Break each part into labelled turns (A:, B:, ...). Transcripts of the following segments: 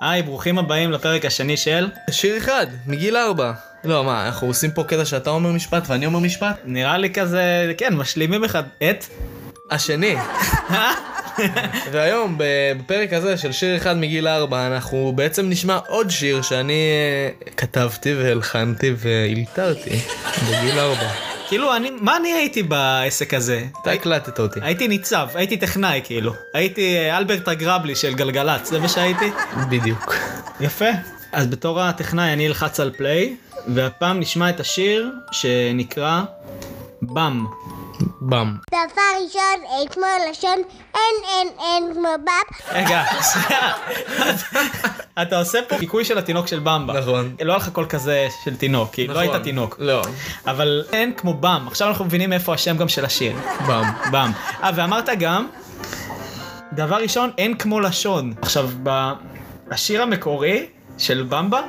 A: היי, ברוכים הבאים לפרק השני של...
B: שיר אחד, מגיל ארבע. לא, מה, אנחנו עושים פה קטע שאתה אומר משפט ואני אומר משפט?
A: נראה לי כזה, כן, משלימים אחד את...
B: השני. והיום, ב- בפרק הזה של שיר אחד מגיל ארבע, אנחנו בעצם נשמע עוד שיר שאני אה, כתבתי והלחנתי והילתרתי בגיל ארבע.
A: כאילו, אני, מה אני הייתי בעסק הזה?
B: אתה הקלטת אותי.
A: הייתי ניצב, הייתי טכנאי כאילו. הייתי אה, אלברט הגרבלי של גלגלצ, זה מה שהייתי.
B: בדיוק.
A: יפה. אז בתור הטכנאי אני אלחץ על פליי, והפעם נשמע את השיר שנקרא במ.
B: במ.
C: דבר ראשון, אין כמו לשון, אין אין אין כמו בב,
A: רגע, שנייה. אתה עושה פה חיקוי של התינוק של במבה.
B: נכון.
A: לא היה לך קול כזה של תינוק, כי לא
B: נכון.
A: היית תינוק.
B: לא.
A: אבל אין כמו במ. עכשיו אנחנו מבינים איפה השם גם של השיר.
B: במ.
A: במ. אה, ואמרת גם, דבר ראשון, אין כמו לשון. עכשיו, ב- השיר המקורי של במבה,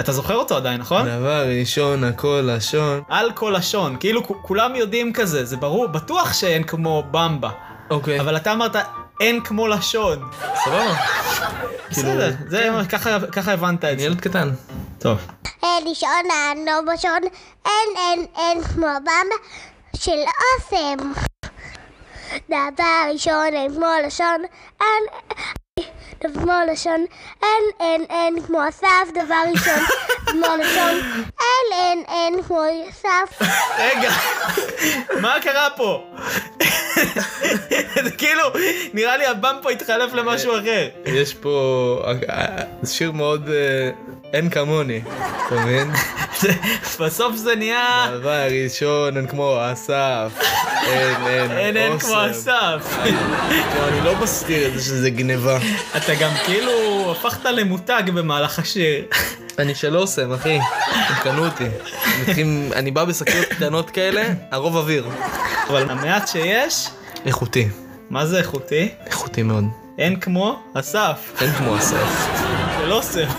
A: אתה זוכר אותו עדיין, נכון?
B: דבר ראשון, הכל לשון.
A: על כל לשון, כאילו כ- כולם יודעים כזה, זה ברור, בטוח שאין כמו במבה.
B: אוקיי.
A: אבל אתה אמרת, אין כמו לשון.
B: כאילו, סבבה.
A: בסדר, זה מה- ככה- ככה הבנת את
B: אני
A: זה.
B: ילד קטן.
A: טוב.
C: אין אה, לשון, אין לא בשון, אין אין אין כמו בב של אוסם. דבר ראשון, אין כמו לשון, אין אין כמו לשון, אין אין אין כמו אסף, דבר ראשון, כמו לשון, אין אין אין כמו אסף.
A: רגע, מה קרה פה? זה כאילו, נראה לי הבם פה התחלף למשהו אחר.
B: יש פה אה, אה, שיר מאוד אה, אין כמוני, אתה מבין?
A: בסוף זה נהיה...
B: דבר ראשון אין כמו אסף, אין אין
A: אין אין כמו
B: אוסם.
A: אסף.
B: לא, אני לא מסתיר את זה שזה גניבה.
A: אתה גם כאילו הפכת למותג במהלך השיר.
B: אני של אוסם אחי, הם קנו אותי. הם מתחילים- אני בא בשקיות קטנות כאלה, הרוב אוויר.
A: אבל המעט שיש,
B: איכותי,
A: מה זה איכותי?
B: איכותי מאוד.
A: אין כמו אסף.
B: אין כמו אסף.
A: זה לא עושה.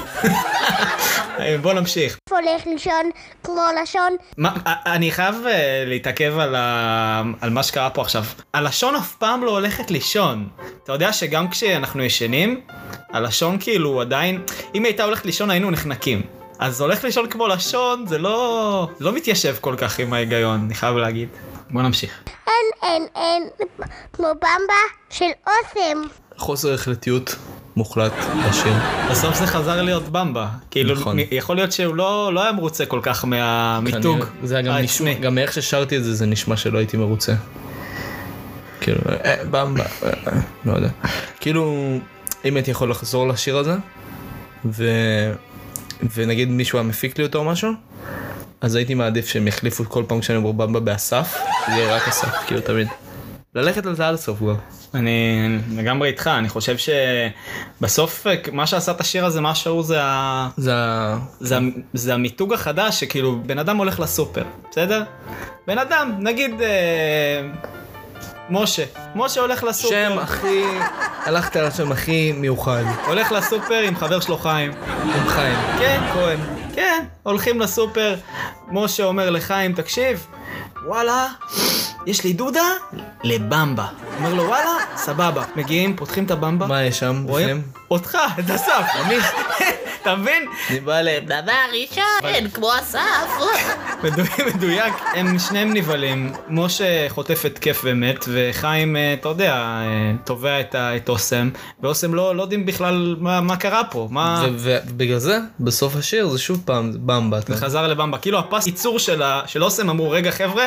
A: בוא נמשיך.
C: הולך לישון כמו לשון,
A: מה, א- אני חייב אה, להתעכב על, ה... על מה שקרה פה עכשיו. הלשון אף פעם לא הולכת לישון. אתה יודע שגם כשאנחנו ישנים, הלשון כאילו עדיין, אם היא הייתה הולכת לישון היינו נחנקים. אז הולך לישון כמו לשון, זה לא, לא מתיישב כל כך עם ההיגיון, אני חייב להגיד. בוא נמשיך.
C: אין אין אין כמו במבה של אוסם.
B: חוסר החלטיות מוחלט בשיר.
A: בסוף זה חזר להיות במבה. כאילו,
B: נכון.
A: נ- יכול להיות שהוא לא, לא היה מרוצה כל כך מהמיתוג
B: כנראה. זה היה גם נשמע, גם מאיך ששרתי את זה, זה נשמע שלא הייתי מרוצה. כאילו, אה, במבה, אה, אה, לא יודע. כאילו, אם הייתי יכול לחזור לשיר הזה, ו... ונגיד מישהו היה מפיק לי אותו או משהו, אז הייתי מעדיף שהם יחליפו כל פעם כשאני אומר במבה באסף, זה יהיה רק אסף, כאילו תמיד. ללכת על זה עד הסוף כבר.
A: אני לגמרי איתך, אני חושב שבסוף אה, מה שעשה את השיר הזה, מה שהוא זה, ה...
B: זה ה-
A: זה, ה... זה המיתוג החדש, שכאילו בן אדם הולך לסופר, בסדר? בן אדם, נגיד אה... משה, משה הולך לסופר,
B: שם הכי, הלכת על השם הכי מיוחד,
A: הולך לסופר עם חבר שלו חיים,
B: עם חיים.
A: כן, כהן, כן, הולכים לסופר, משה אומר לחיים, תקשיב, וואלה, יש לי דודה לבמבה, אומר לו וואלה, סבבה, מגיעים, פותחים את הבמבה,
B: מה יש שם?
A: רואים?
B: בפנים?
A: אותך, את אסף. אני. אתה מבין?
B: אני בא ל...
D: דבר ראשון, כמו אסף.
A: מדויק, מדויק. הם שניהם נבהלים. משה חוטף התקף ומת, וחיים, אה, אתה יודע, אה, תובע את ה- את אוסם, ואוסם לא לא יודעים בכלל מה מה קרה פה. מה...
B: ו- ובגלל זה, בסוף השיר זה שוב פעם במבה. אתה-
A: זה חזר לבמבה, כאילו הפס ייצור של, ה... של אוסם אמרו, רגע חבר'ה,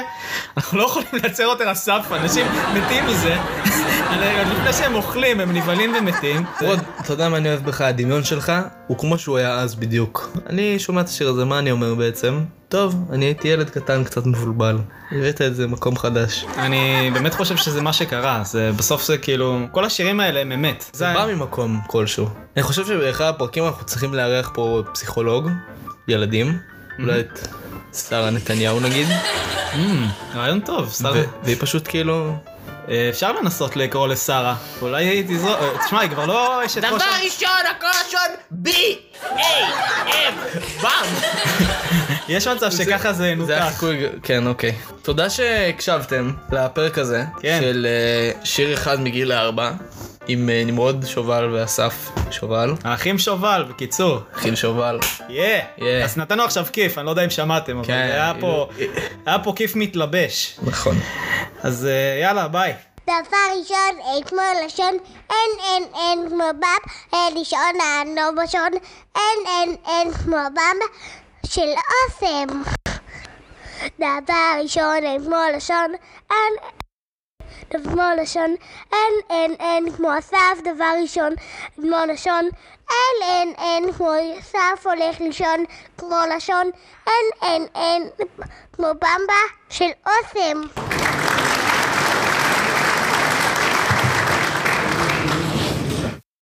A: אנחנו לא יכולים לייצר יותר אסף, אנשים מתים מזה, עוד לפני שהם אוכלים, הם נבהלים ומתים.
B: רוד, אתה יודע מה אני אוהב בך? הדמיון שלך הוא כמו שהוא היה אז בדיוק. אני שומע את השיר הזה, מה אני אומר בעצם? טוב, אני הייתי ילד קטן קצת מבולבל. הבאת את זה למקום חדש.
A: אני באמת חושב שזה מה שקרה, זה בסוף זה כאילו, כל השירים האלה הם אמת.
B: זה בא ממקום כלשהו. אני חושב שבאחד הפרקים אנחנו צריכים לארח פה פסיכולוג, ילדים, אולי את שרה נתניהו נגיד,
A: Mm, רעיון טוב, שרה.
B: ו- והיא פשוט כאילו...
A: אה, אפשר לנסות לקרוא לשרה. אולי היא תזרוק, אה, תשמע, היא כבר לא אשת
D: דבר
A: כושר.
D: ראשון, הכל לשון B-A-M. במ.
A: יש מצב שככה זה
B: זה היה
A: נותח.
B: חיקוי, כן אוקיי. תודה שהקשבתם לפרק הזה
A: כן.
B: של אה, שיר אחד מגיל ארבע. עם אה, נמרוד שובל ואסף שובל.
A: האחים שובל, בקיצור.
B: חיל שובל.
A: יא.
B: יא.
A: אז נתנו עכשיו כיף, אני לא יודע אם שמעתם, אבל
B: כן,
A: היה פה-
B: אילו-
A: היה פה כיף מתלבש.
B: נכון.
A: אז אה, יאללה, ביי.
C: דבר ראשון, אין כמו לשון, אין אין אין כמו אה, בב, אין לישון הענו בשון, אין אין אין כמו בב של אוסם. דבר ראשון, אין כמו לשון, אין... דבר כמו לשון, אין אין אין כמו אסף, דבר ראשון, כמו לשון, אין אין אין כמו אסף הולך לישון, כמו לשון, אין אין אין כמו במבה של אוסם.